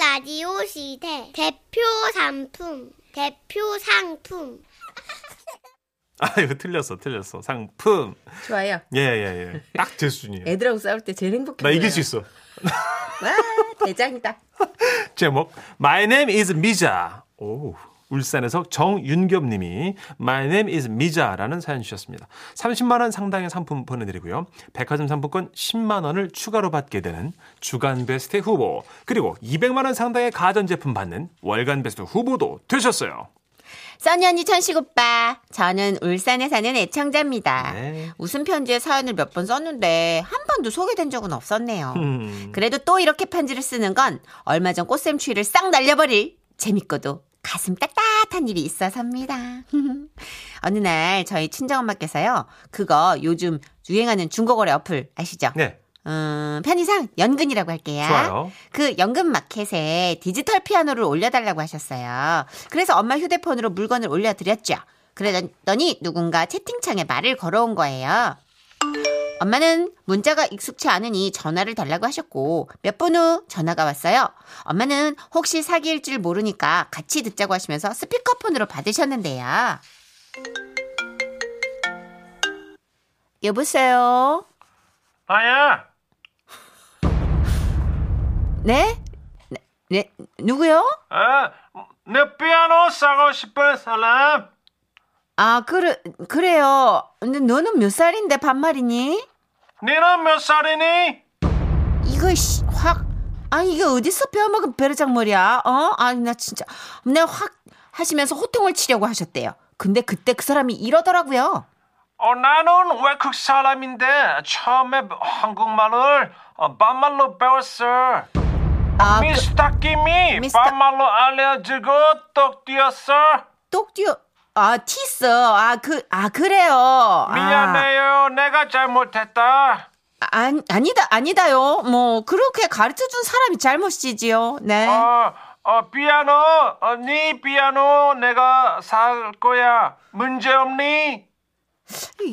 라디오 시대 대표 상품 대표 상품 아 이거 틀렸어 틀렸어 상품 좋아요. 예예예 딱 제 수준이에요 애들하고 싸울 때 제일 행복해. 나 이길 보여요. 수 있어 와 대장이다. 제목 My name is 미자 오 울산에서 정윤겸님이 My name is 미자라는 사연 주셨습니다 30만 원 상당의 상품 보내드리고요 백화점 상품권 10만 원을 추가로 받게 되는 주간 베스트 후보 그리고 200만 원 상당의 가전제품 받는 월간 베스트 후보도 되셨어요 써니 언니 천식 오빠. 저는 울산에 사는 애청자입니다. 네. 웃음 편지에 사연을 몇 번 썼는데 한 번도 소개된 적은 없었네요. 음. 그래도 또 이렇게 편지를 쓰는 건 얼마 전 꽃샘추위를 싹 날려버릴 재밌고도 가슴 따뜻한 일이 있어서입니다. 어느 날 저희 친정엄마께서요. 그거 요즘 유행하는 중고거래 어플 아시죠? 네 음, 편의상 연근이라고 할게요. 좋아요 그 연금 마켓에 디지털 피아노를 올려달라고 하셨어요. 그래서 엄마 휴대폰으로 물건을 올려드렸죠. 그러더니 누군가 채팅창에 말을 걸어온 거예요. 엄마는 문자가 익숙치 않으니 전화를 달라고 하셨고 몇 분 후 전화가 왔어요. 엄마는 혹시 사기일 줄 모르니까 같이 듣자고 하시면서 스피커폰으로 받으셨는데요. 여보세요? 아야 네? 네, 누구요? 아, 내 피아노 사고 싶은 사람? 아, 그래, 그래요. 근데 너는 몇 살인데 반말이니? 너는 몇 살이니? 이거, 씨, 확. 아니, 이거 어디서 배워먹은 베르장머리야? 어? 아니, 나 진짜. 나 확. 하시면서 호통을 치려고 하셨대요. 근데 그때 그 사람이 이러더라고요. 어, 나는 외국 사람인데 처음에 한국말을 어, 반말로 배웠어. 아, 그, 미스터 김이 미스터- 반말로 알려주고 똑 뛰었어. 똑 뛰어. 아, 티스. 아, 그, 아, 그래요. 미안해요. 내가 잘못했다. 아, 아니, 아니다, 아니다요. 뭐, 그렇게 가르쳐 준 사람이 잘못이지요. 네. 어, 어, 피아노, 어, 네 피아노 내가 살 거야. 문제 없니?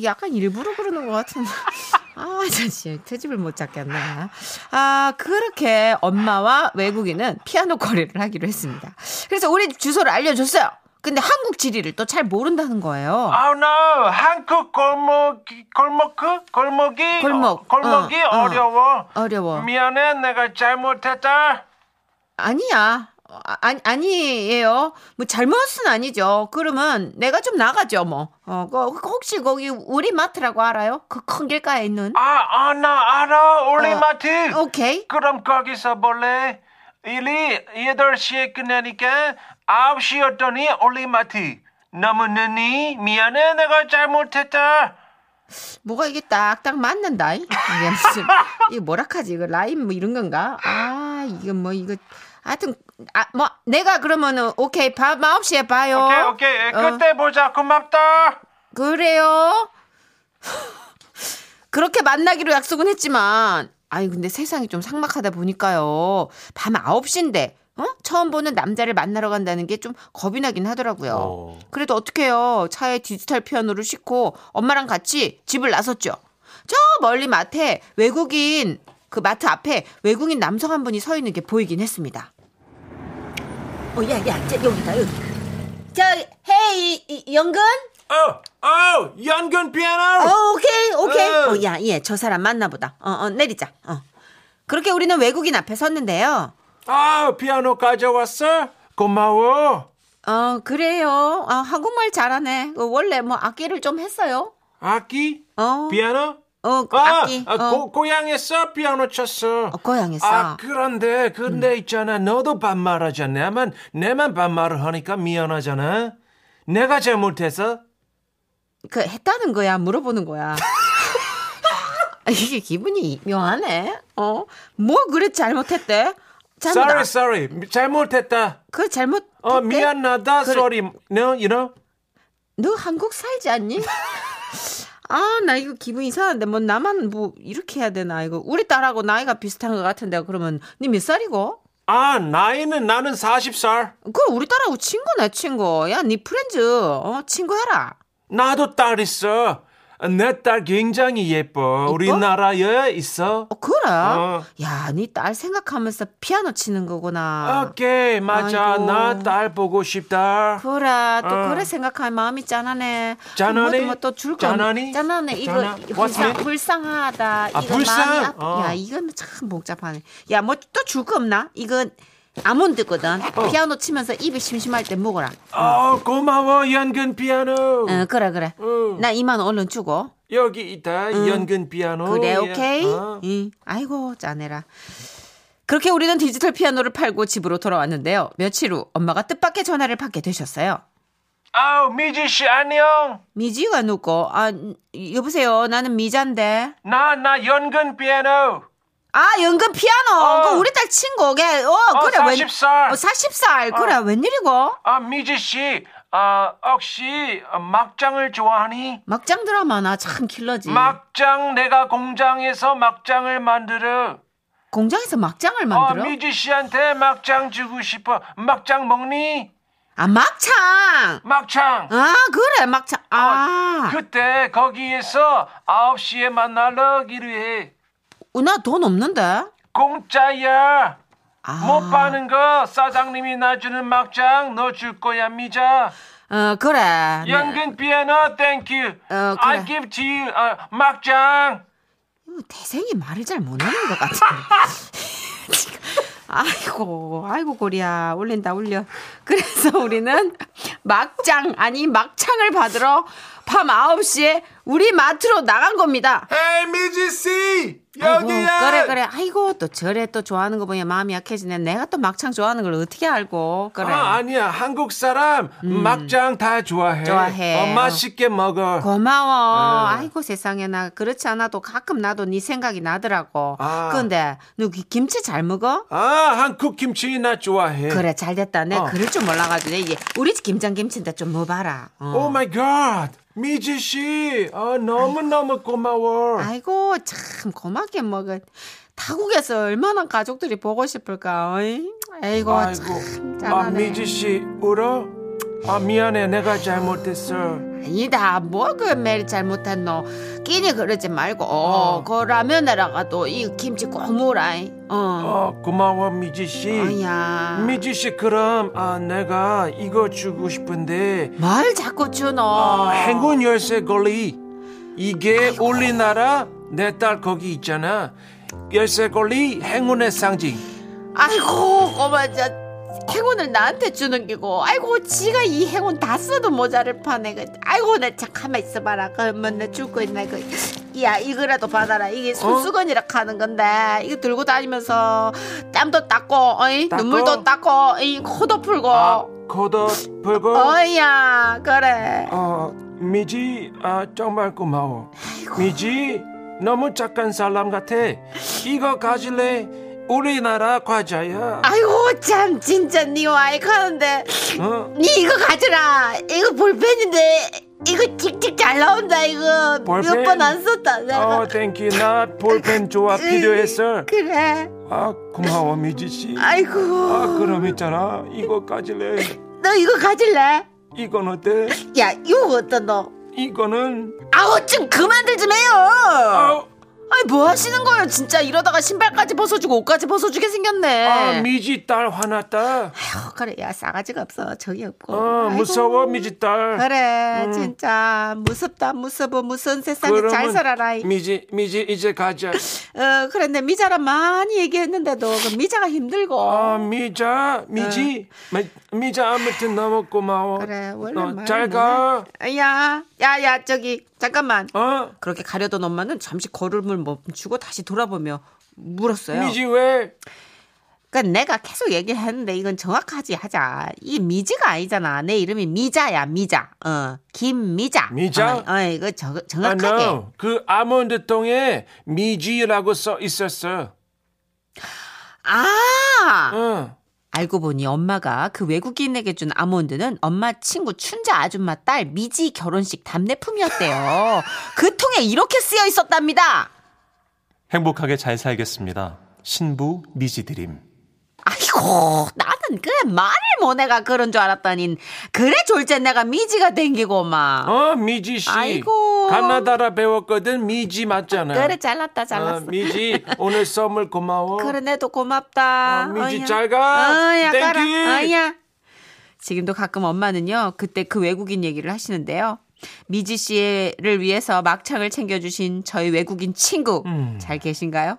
약간 일부러 그러는 것 같은데. 아, 진짜 트집을 못 잡겠네. 아, 그렇게 엄마와 외국인은 피아노 거래를 하기로 했습니다. 그래서 우리 집 주소를 알려줬어요. 근데 한국 지리를 또 잘 모른다는 거예요. 아우 Oh no 한국 골목이 골목 골목이 골목, 어, 골목이 어, 어. 어, 려워 어려워. 미안해 내가 잘못했다 아니야. 아, 아니, 아니에요. 뭐, 잘못은 아니죠. 그러면 내가 좀 나가죠, 뭐. 어, 그, 그 혹시 거기 우리마트라고 알아요? 그 큰 길가에 있는. 아, 아아나 알아 어. 올리마트 오케이. 그럼 거기서 볼래 일이 8시에 끝나니까 9시였더니 올리마트 너무 늦니 미안해 내가 잘못했다 뭐가 이게 딱딱 맞는다. 이게 무슨 이거 뭐라카지 이거 라임 뭐 이런 건가? 아 이거 뭐 이거 하여튼 아 뭐 내가 그러면은 오케이 밤 9시에 봐요. 오케이 오케이 예, 어, 그때 보자 고맙다 그래요. 그렇게 만나기로 약속은 했지만 아니 근데 세상이 좀 삭막하다 보니까요. 밤 9시인데 어? 처음 보는 남자를 만나러 간다는 게 좀 겁이 나긴 하더라고요. 어. 그래도 어떡해요. 차에 디지털 피아노를 싣고 엄마랑 같이 집을 나섰죠. 저 멀리 마트에 외국인 그 마트 앞에 외국인 남성 한 분이 서 있는 게 보이긴 했습니다. 어, 야, 야, 저, 여기다, 여기. 저, 헤이, 이- 연근? 어어 Oh, 연근 피아노 어, 오케이, 오케이. 어. 어, 야, 예, 저 사람 맞나보다. 어, 어, 내리자. 어. 그렇게 우리는 외국인 앞에 섰는데요. 아, 피아노 가져왔어? 고마워. 어, 그래요. 아, 한국말 잘하네. 어, 원래 뭐 악기를 좀 했어요. 악기? 어. 피아노? 어, 그 아, 악기. 아, 어. 고, 고향에서 피아노 쳤어. 어, 음. 고향에서. 아, 그런데, 근데 있잖아. 너도 반말하잖아. 내만, 내만 반말을 하니까 미안하잖아. 내가 잘못해서? 그 했다는 거야 물어보는 거야 이게 기분이 묘하네 어뭐 그래 잘못했대 잘못 Sorry, sorry. 잘못했다. 그 잘못 어, 미안하다. 그래. Sorry. No, you know? 너 한국 살지 않니 아 나 이거 기분 이상한데 뭐 나만 뭐 이렇게 해야 되나 이거 우리 딸하고 나이가 비슷한 것 같은데 그러면 니 몇 살이고 아, 나이는 나는 40살. 그 우리 딸하고 친구네 친구 야니 프렌즈 어 친구 해라 나도 딸 있어. 내 딸 굉장히 예뻐. 우리나라에 있어. 어, 그래? 어. 야, 네 딸 생각하면서 피아노 치는 거구나. 오케이 맞아 아이고. 나 딸 보고 싶다. 그래, 또 어. 그래 생각할 마음이 짠하네. 짠하네? 뭐또줄 거. 짠하니? 짠하네. 이거 짠하- What's 불쌍, that? 불쌍하다. 이거 불쌍? 마음이 아프- 어. 야, 이건 참 복잡하네. 야, 뭐 또 줄 거 없나? 이건 아몬드거든. 피아노 치면서 입이 심심할 때 먹어라. 어 고마워 연근 피아노. 어, 그래, 그래. 어. 나 이만 얼른 주고. 여기 있다 연근 피아노. 그래 예. 오케이 어. 응. 아이고 짜내라 그렇게 우리는 디지털 피아노를 팔고 집으로 돌아왔는데요 며칠 후 엄마가 뜻밖의 전화를 받게 되셨어요 아우 미지 씨 안녕. 미지가 누고 아 여보세요 나는 미자인데 나 나 연근 피아노. 아 연금 피아노 어. 그 우리 딸 친구 걔. 어, 어, 그래 40살. 어, 40살 그래 웬일이고 아 미지 씨. 아 혹시 막장을 좋아하니? 막장 드라마나 참 킬러지 막장 내가 공장에서 막장을 만들어. 공장에서 막장을 만들어 어 미지 씨한테 막장 주고 싶어. 막장 먹니? 아 막창 막장. 아 그래 막창 어, 아 그때 거기에서 9시에 만나러 기로해 어, 나 돈 없는데 공짜야 아. 못 파는 거 사장님이 놔주는 막장 너 줄 거야 미자 어 그래 네. 연근 피아노 땡큐 어, 그래. I give to you 아, 막장 뭐 대생이 말을 잘 못하는 것 같은데. 아이고, 아이고 고리야 올린다 올려. 그래서 우리는 막장 아니 막창을 받으러 밤 9시에 우리 마트로 나간 겁니다. 헤이 미지씨 아이고, 그래 그래. 아이고 또 저래 또 좋아하는 거 보니 마음이 약해지네. 내가 또 막창 좋아하는 걸 어떻게 알고? 그래. 아니야 한국 사람 음. 막장 다 좋아해 좋아해. 어, 맛있게 먹어 고마워. 네. 아이고 세상에 나 그렇지 않아도 가끔 나도 네 생각이 나더라고. 아. 근데 너 기- 김치 잘 먹어? 아 한국 김치 나 좋아해 그래 잘 됐다. 내 예. 어. 그럴 줄 몰라가지고 이제 우리 집 김장 김치인데 좀 먹어봐라. 어. 오 마이 갓 Oh 미지 씨 아, 너무너무 고마워 아이고 참 고맙게 먹어. 타국에서 얼마나 가족들이 보고 싶을까. 어이? 아이고, 참 아 짠하네. 미지 씨 울어? 아 미안해 내가 잘못했어 아니다 뭐그 매일 잘못한 너 끼니 그러지 말고 어. 그 라면에다가도 이 김치 꼭 먹으라이. 어. 어 고마워 미지 씨 아야. 미지 씨 그럼 아 내가 이거 주고 싶은데 말 자꾸 주노. 아, 행운 열쇠 걸리 이게 올리나라 내 딸 거기 있잖아 열쇠 걸리 행운의 상징 아이고 고마 진짜 행운을 나한테 주는 기고 아이고 지가 이 행운 다 써도 모자를 파네 그 아이고 나참 가만 있어봐라 그러면 나 죽고 있네 그야 이거라도 받아라 어? 이게 손수건이라 하는 건데 이거 들고 다니면서 땀도 닦고 어이 닦고? 눈물도 닦고 이 코도 풀고 아 코도 풀고 어이야 그래 어 미지 아 정말 고마워 미지 너무 착한 사람 같아 이거 가질래 우리나라 과자야 아이고 참 진짜 니 와이 가는데 어 니 이거 가져라. 이거 볼펜인데 이거 찍찍 잘 나온다 이거. 볼펜? 몇 번 안 썼다. 내가. 어 땡큐 나 볼펜 좋아 필요했어 그래. 아 고마워 미지 씨아 아이고. 그럼 있잖아 이거 가질래 너 이거 가질래? 이건 어때 야 이거 어떤 너? 이거는 아우 좀 그만들 좀 해요. 아, 아니 뭐 하시는 거예요? 진짜 이러다가 신발까지 벗어주고 옷까지 벗어주게 생겼네. 아 미지 딸 화났다 아휴, 그래 야 싸가지가 없어 저기 없고. 어 아이고. 아, 무서워 미지 딸 그래 진짜 무섭다 무서워 무서운 세상에 잘 그러면 살아라. 이. 미지 미지 이제 가자 어, 그런데 미자랑 많이 얘기했는데도 그 미자가 힘들고. 아 미자 미지 마- 미자 아무튼 너무 고마워. 어. 그래, 원래 말이 뭐, 어, 잘가. 야, 야, 야, 저기, 잠깐만. 어 그렇게 가려던 엄마는 잠시 걸음을 멈추고 다시 돌아보며 물었어요. 미지 왜? 그러니까 내가 계속 얘기했는데 이건 정확하지 하자. 이 미지가 아니잖아. 내 이름이 미자야, 미자. 어, 김미자. 미자? 어, 어, 이거 저, 아, 정확하게. no. 그 아몬드 통에 미지라고 써 있었어. 아! 응. 알고 보니 엄마가 그 외국인에게 준 아몬드는 엄마 친구 춘자 아줌마 딸 미지 결혼식 답례품이었대요. 그 통에 이렇게 쓰여 있었답니다. 행복하게 잘 살겠습니다. 신부 미지드림. 아이고 나는 그래 말을 못 해가 그런 줄 알았더니 그래 졸제 내가 미지가 땡기고 막 어 미지 씨. 아이고 가나다라 배웠거든. 미지 맞잖아. 그래 잘랐다 잘랐어. 어, 미지 오늘 썸을 고마워. 그래도 고맙다. 어, 미지 어이야. 잘 가. 어이야, 땡큐. 가라. 어이야. 지금도 가끔 엄마는요 그때 그 외국인 얘기를 하시는데요. 미지 씨를 위해서 막창을 챙겨주신 저희 외국인 친구 음. 잘 계신가요?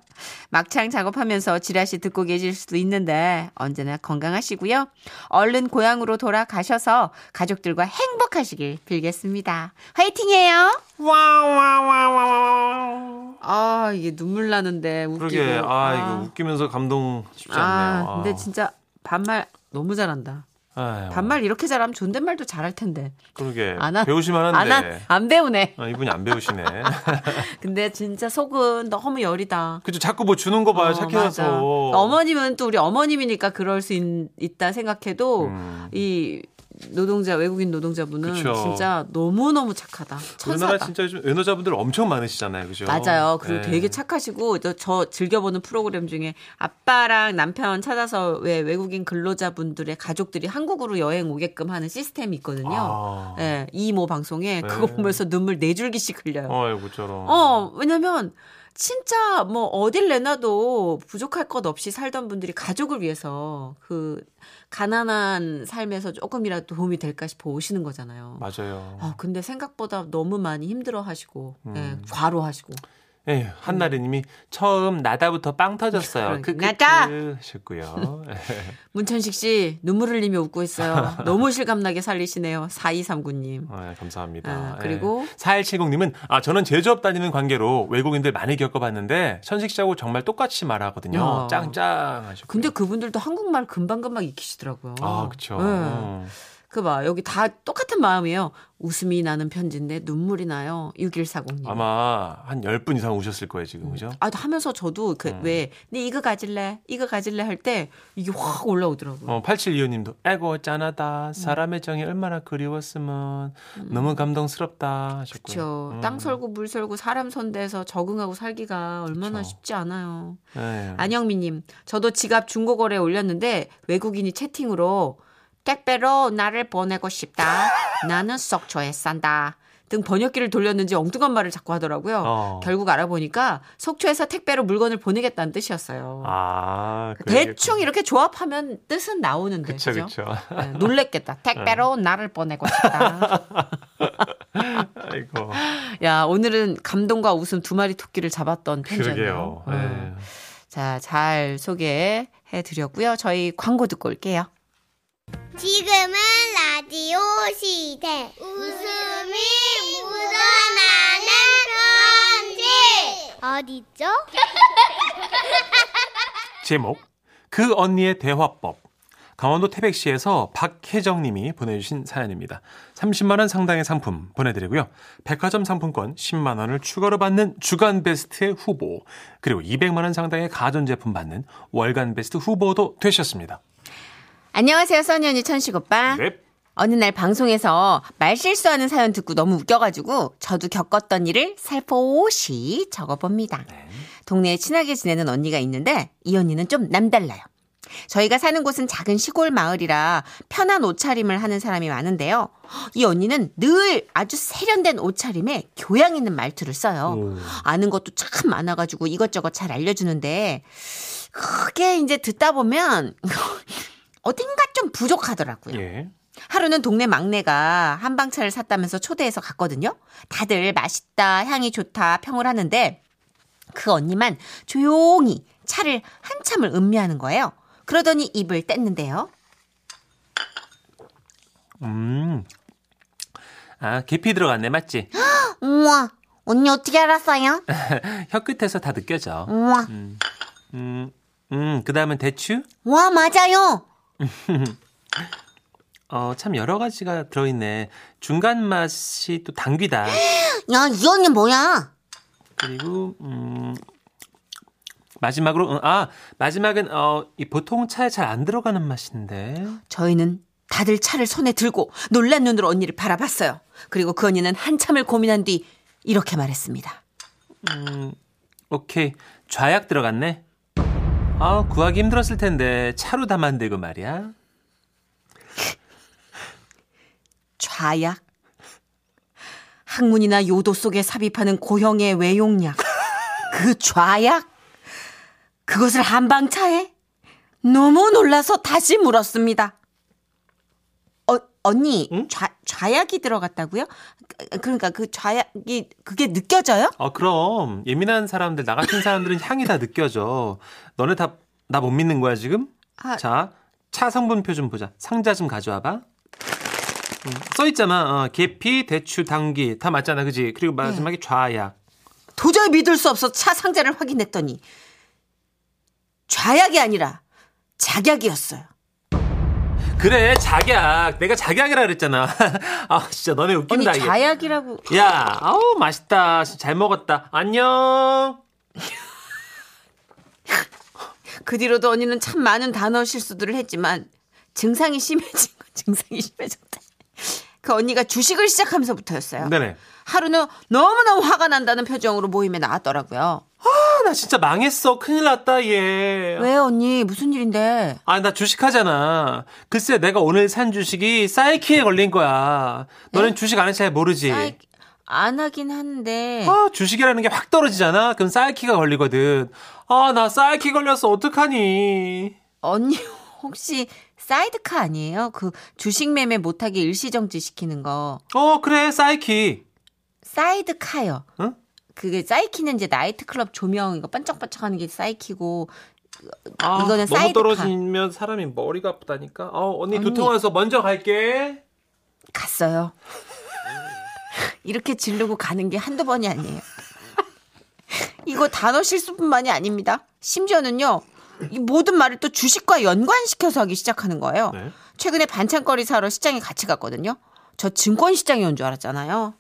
막창 작업하면서 지라시 듣고 계실 수도 있는데 언제나 건강하시고요. 얼른 고향으로 돌아가셔서 가족들과 행복하시길 빌겠습니다. 화이팅해요. 와와와와와. 아 이게 눈물 나는데 웃기고. 그러게. 아 이거 웃기면서 감동 쉽지 않네요. 아, 근데 진짜 반말 너무 잘한다. 아유, 반말 이렇게 잘하면 존댓말도 잘할 텐데. 그러게. 안 하- 네, 배우실 만한데. 안, 한- 안 배우네. 아, 이분이 안 배우시네. 근데 진짜 속은 너무 여리다. 그죠. 자꾸 뭐 주는 거 봐요. 어, 맞아. 착해서. 어머님은 또 우리 어머님이니까 그럴 수 있, 다 생각해도 이 노동자 외국인 노동자분은 음. 그쵸. 진짜 너무 너무 착하다. 우리나라 천사다. 진짜 요즘 외노자분들 엄청 많으시잖아요. 그죠? 맞아요. 그리고 네. 되게 착하시고 저, 저 즐겨보는 프로그램 중에 아빠랑 남편 찾아서 왜 외국인 근로자분들의 가족들이 한국으로 여행 오게끔 하는 시스템이 있거든요. 아. 예, 이모 방송에 그거 네. 보면서 눈물 네 줄기씩 흘려요. 어, 아이고, 저런. 왜냐면 진짜 뭐 어딜 내놔도 부족할 것 없이 살던 분들이 가족을 위해서 그 가난한 삶에서 조금이라도 도움이 될까 싶어 오시는 거잖아요. 맞아요. 아, 근데 생각보다 너무 많이 힘들어 하시고, 예, 음. 과로 하시고. 에휴, 예, 한나리님이 처음 나다부터 빵 터졌어요. 그러니까. 크크크 나다! 하셨고요. 예. 문천식 씨, 눈물 흘리며 웃고 있어요. 너무 실감나게 살리시네요. 4239님. 아, 감사합니다. 아, 그리고? 4170님은 아 저는 제조업 다니는 관계로 외국인들 많이 겪어봤는데 천식 씨하고 정말 똑같이 말하거든요. 어. 짱짱 하셨고. 근데 그분들도 한국말 금방금방 익히시더라고요. 네. 아 그쵸. 예. 어. 그 봐, 여기 다 똑같은 마음이에요. 웃음이 나는 편지인데 눈물이 나요. 6140님. 아마 한 10분 이상 오셨을 거예요 지금 그죠? 아, 하면서 저도 그, 음. 왜, 네, 이거 가질래? 이거 가질래? 할 때 이게 확 올라오더라고요. 어, 8725님도 에고 짠하다 사람의 정이 얼마나 그리웠으면 너무 감동스럽다 하셨고요. 음. 음. 그렇죠. 땅 설고 물 설고 사람 선대에서 적응하고 살기가 얼마나 그쵸. 쉽지 않아요. 예. 안영미님, 저도 지갑 중고거래에 올렸는데 외국인이 채팅으로 택배로 나를 보내고 싶다. 나는 속초에 산다. 등 번역기를 돌렸는지 엉뚱한 말을 자꾸 하더라고요. 어. 결국 알아보니까 속초에서 택배로 물건을 보내겠다는 뜻이었어요. 아 그래. 대충 이렇게 조합하면 뜻은 나오는데. 그쵸 어. 그죠? 그쵸. 네, 놀랬겠다. 택배로 나를 보내고 싶다. 아이고. 야, 오늘은 감동과 웃음 두 마리 토끼를 잡았던 편지예요. 음. 그러게요. 예. 자, 잘 소개해 드렸고요. 저희 광고 듣고 올게요. 지금은 라디오 시대. 웃음이 묻어나는 편지. 어디죠? 제목 그 언니의 대화법 강원도 태백시에서 박혜정 님이 보내주신 사연입니다. 30만 원 상당의 상품 보내드리고요. 백화점 상품권 10만 원을 추가로 받는 주간 베스트의 후보 그리고 200만 원 상당의 가전제품 받는 월간 베스트 후보도 되셨습니다. 안녕하세요, 써니 언니 천식 오빠. 네. 어느 날 방송에서 말실수하는 사연 듣고 너무 웃겨가지고 저도 겪었던 일을 살포시 적어봅니다. 동네에 친하게 지내는 언니가 있는데 이 언니는 좀 남달라요. 저희가 사는 곳은 작은 시골 마을이라 편한 옷차림을 하는 사람이 많은데요. 이 언니는 늘 아주 세련된 옷차림에 교양 있는 말투를 써요. 오. 아는 것도 참 많아가지고 이것저것 잘 알려주는데 그게 이제 듣다 보면 어딘가 좀 부족하더라고요. 예. 하루는 동네 막내가 한방차를 샀다면서 초대해서 갔거든요. 다들 맛있다, 향이 좋다 평을 하는데 그 언니만 조용히 차를 한참을 음미하는 거예요. 그러더니 입을 뗐는데요. 음. 아, 깊이 들어갔네, 맞지? 우와, 언니 어떻게 알았어요? 혀 끝에서 다 느껴져. 우와, 음, 음, 그 다음은 대추? 와 맞아요. 어, 참 여러 가지가 들어있네. 중간 맛이 또 당귀다. 야, 이 언니 뭐야? 그리고 음 마지막으로 음, 아 마지막은 어이 보통 차에 잘 안 들어가는 맛인데 저희는 다들 차를 손에 들고 놀란 눈으로 언니를 바라봤어요. 그리고 그 언니는 한참을 고민한 뒤 이렇게 말했습니다. 오케이 좌약 들어갔네 아 구하기 힘들었을 텐데 차로 다 만들고 말이야 좌약. 학문이나 요도 속에 삽입하는 고형의 외용약. 그 좌약? 그것을 한방차에? 너무 놀라서 다시 물었습니다. 어, 언니, 좌, 좌약이 들어갔다고요? 그- 그러니까 그 좌약이, 그게 느껴져요? 어, 그럼 예민한 사람들 나 같은 사람들은 향이 다 느껴져. 너네 다 나 못 믿는 거야 지금? 아. 자, 차 성분표 좀 보자. 상자 좀 가져와봐. 음, 써 있잖아. 어, 계피, 대추, 당귀 다 맞잖아, 그지? 그리고 마지막에 좌약. 도저히 믿을 수 없어 차 상자를 확인했더니 좌약이 아니라 작약이었어요. 그래, 작약. 내가 작약이라 그랬잖아. 아, 진짜 너네 언니 웃긴다 이게. 좌약이라고 야, 아우 맛있다. 진짜 잘 먹었다. 안녕. 그 뒤로도 언니는 참 많은 단어 실수들을 했지만 증상이 심해진 건 증상이 심해졌다. 그 언니가 주식을 시작하면서부터였어요. 네네. 하루는 너무너무 화가 난다는 표정으로 모임에 나왔더라고요. 아, 나 진짜 망했어. 큰일 났다, 얘. 왜 언니 무슨 일인데? 아, 나 주식하잖아. 글쎄, 내가 오늘 산 주식이 사이키에 걸린 거야. 너는 주식 아는 잘 모르지? 아이, 안 하긴 한데 아, 주식이라는 게 확 떨어지잖아? 그럼 사이키가 걸리거든. 아, 나 사이키 걸렸어. 어떡하니? 언니 혹시 사이드카 아니에요? 그 주식 매매 못하게 일시정지 시키는 거. 어, 그래, 사이키. 사이드카요. 응? 그게 사이키는 이제 나이트클럽 조명 이거 반짝반짝하는 게 사이키고 아, 이거는 너무 사이드카. 떨어지면 사람이 머리가 아프다니까? 어, 언니, 언니. 두통 와서 먼저 갈게. 갔어요. 이렇게 지르고 가는 게 한두 번이 아니에요. 이거 단어 실수뿐만이 아닙니다. 심지어는요. 이 모든 말을 또 주식과 연관시켜서 하기 시작하는 거예요. 네. 최근에 반찬거리 사러 시장에 같이 갔거든요. 저 증권 시장에 온 줄 알았잖아요.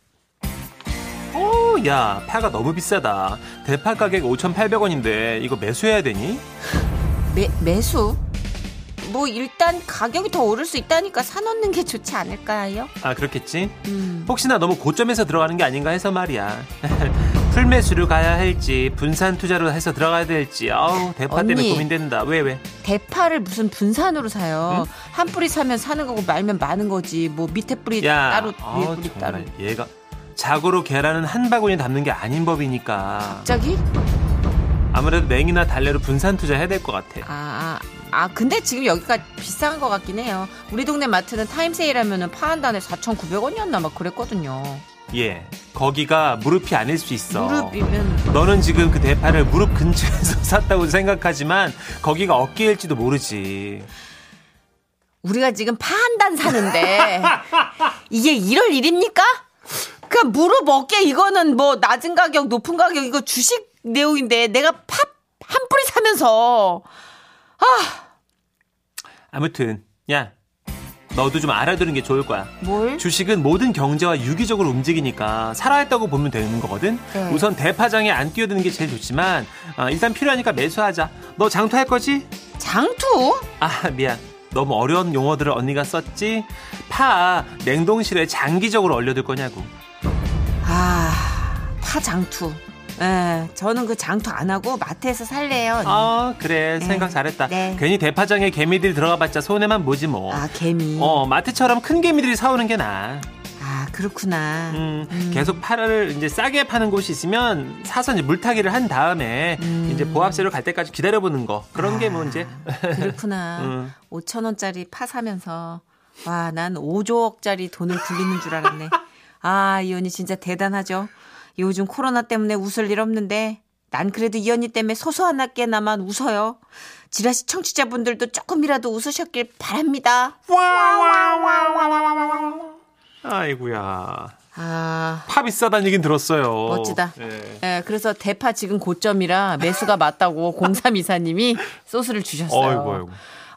어, 야, 파가 너무 비싸다. 대파 가격 5,800원인데, 이거 매수해야 되니? 매, 매수? 뭐 일단 가격이 더 오를 수 있다니까 사놓는 게 좋지 않을까요? 아, 그렇겠지? 음. 혹시나 너무 고점에서 들어가는 게 아닌가 해서 말이야. 풀매수로 가야 할지 분산 투자로 해서 들어가야 될지 아우 대파 때문에 언니. 고민된다. 왜 왜? 대파를 무슨 분산으로 사요? 한 뿌리 사면 사는 거고 말면 마는 거지. 뭐 밑에 뿌리 야, 따로 위에 아우, 뿌리 따로. 정말 얘가 자고로 계란은 한 바구니에 담는 게 아닌 법이니까 갑자기? 아무래도 냉이나 달래로 분산 투자해야 될 것 같아. 아, 아, 아, 근데 지금 여기가 비싼 것 같긴 해요. 우리 동네 마트는 타임세일 하면은 파 한 단에 4,900원이었나 막 그랬거든요. 예, 거기가 무릎이 아닐 수 있어. 무릎이면 너는 지금 그 대파를 무릎 근처에서 샀다고 생각하지만 거기가 어깨일지도 모르지. 우리가 지금 파 한 단 사는데 이게 1월 1입니까? 그 무릎 어깨 이거는 뭐 낮은 가격 높은 가격 이거 주식 내용인데 내가 파 한 뿌리 사면서 아무튼 야, 너도 좀 알아두는 게 좋을 거야. 뭘? 주식은 모든 경제와 유기적으로 움직이니까 살아있다고 보면 되는 거거든. 네. 우선 대파장에 안 뛰어드는 게 제일 좋지만 아, 일단 필요하니까 매수하자. 너 장투할 거지? 장투? 아 미안. 너무 어려운 용어들을 언니가 썼지. 파 냉동실에 장기적으로 얼려둘 거냐고. 아, 파 장투. 예, 저는 그 장투 안 하고 마트에서 살래요. 언니. 아 그래 생각 잘했다. 음. 네. 괜히 대파장에 개미들이 들어가봤자 손해만 보지 뭐. 아, 개미. 어 마트처럼 큰 개미들이 사오는 게 나. 아, 그렇구나. 음, 계속 파를 이제 싸게 파는 곳이 있으면 사서 이제 물타기를 한 다음에 이제 보합세로 갈 때까지 기다려보는 거 그런 아. 게 뭐 이제 그렇구나. 음. 5천 원짜리 파 사면서 와, 난 5조억짜리 돈을 굴리는 줄 알았네. 아, 이 언니 진짜 대단하죠. 요즘 코로나 때문에 웃을 일 없는데 난 그래도 이 언니 때문에 소소한 학계나만 웃어요. 지라시 청취자분들도 조금이라도 웃으셨길 바랍니다. 아이고야 아, 파 비싸다는 얘긴 들었어요. 멋지다. 예. 예, 그래서 대파 지금 고점이라 매수가 맞다고 03 이사님이 소스를 주셨어요. 어이구, 어이구.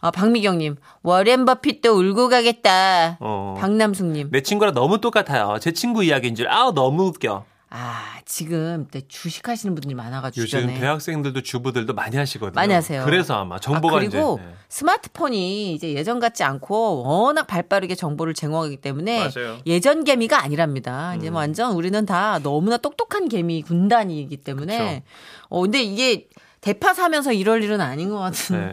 아, 박미경님, 워렌 버핏도 울고 가겠다. 어. 박남숙님, 내 친구랑 너무 똑같아요. 제 친구 이야기인 줄 아우 너무 웃겨. 아 지금 때 주식하시는 분들이 많아가지고 요즘 주변에 대학생들도 주부들도 많이 하시거든요. 많이 하세요. 그래서 아마 정보가 아, 그리고 이제 예. 스마트폰이 이제 예전 같지 않고 워낙 발빠르게 정보를 제공하기 때문에 맞아요. 예전 개미가 아니랍니다. 이제 음. 완전 우리는 다 너무나 똑똑한 개미 군단이기 때문에 어 근데 이게 대파 사면서 이럴 일은 아닌 것 같은데.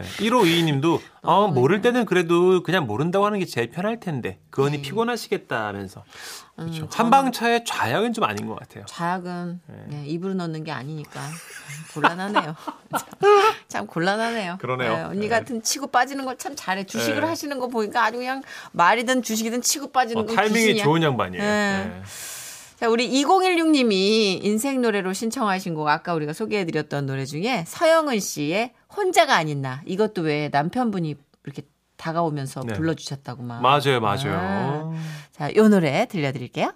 네. 1호2님도 어, 네. 모를 때는 그래도 그냥 모른다고 하는 게 제일 편할 텐데 그 네. 언니 피곤하시겠다면서 음, 그렇죠. 한방차의 좌약은 좀 아닌 것 같아요. 자약은 네, 입으로 넣는 게 아니니까 곤란하네요. 참, 참 곤란하네요. 그러네요. 네, 언니 네. 같은 치고 빠지는 걸 참 잘해. 주식을 네. 하시는 거 보니까 아주 그냥 말이든 주식이든 치고 빠지는 어, 거 타이밍이 귀신이야. 좋은 양반이에요. 네. 네. 자, 우리 2016님이 인생 노래로 신청하신 곡 아까 우리가 소개해드렸던 노래 중에 서영은 씨의 혼자가 아닌 나 이것도 왜 남편분이 이렇게 다가오면서 네. 어. 불러주셨다고 막. 맞아요, 네. 맞아요. 자, 요 노래 들려드릴게요.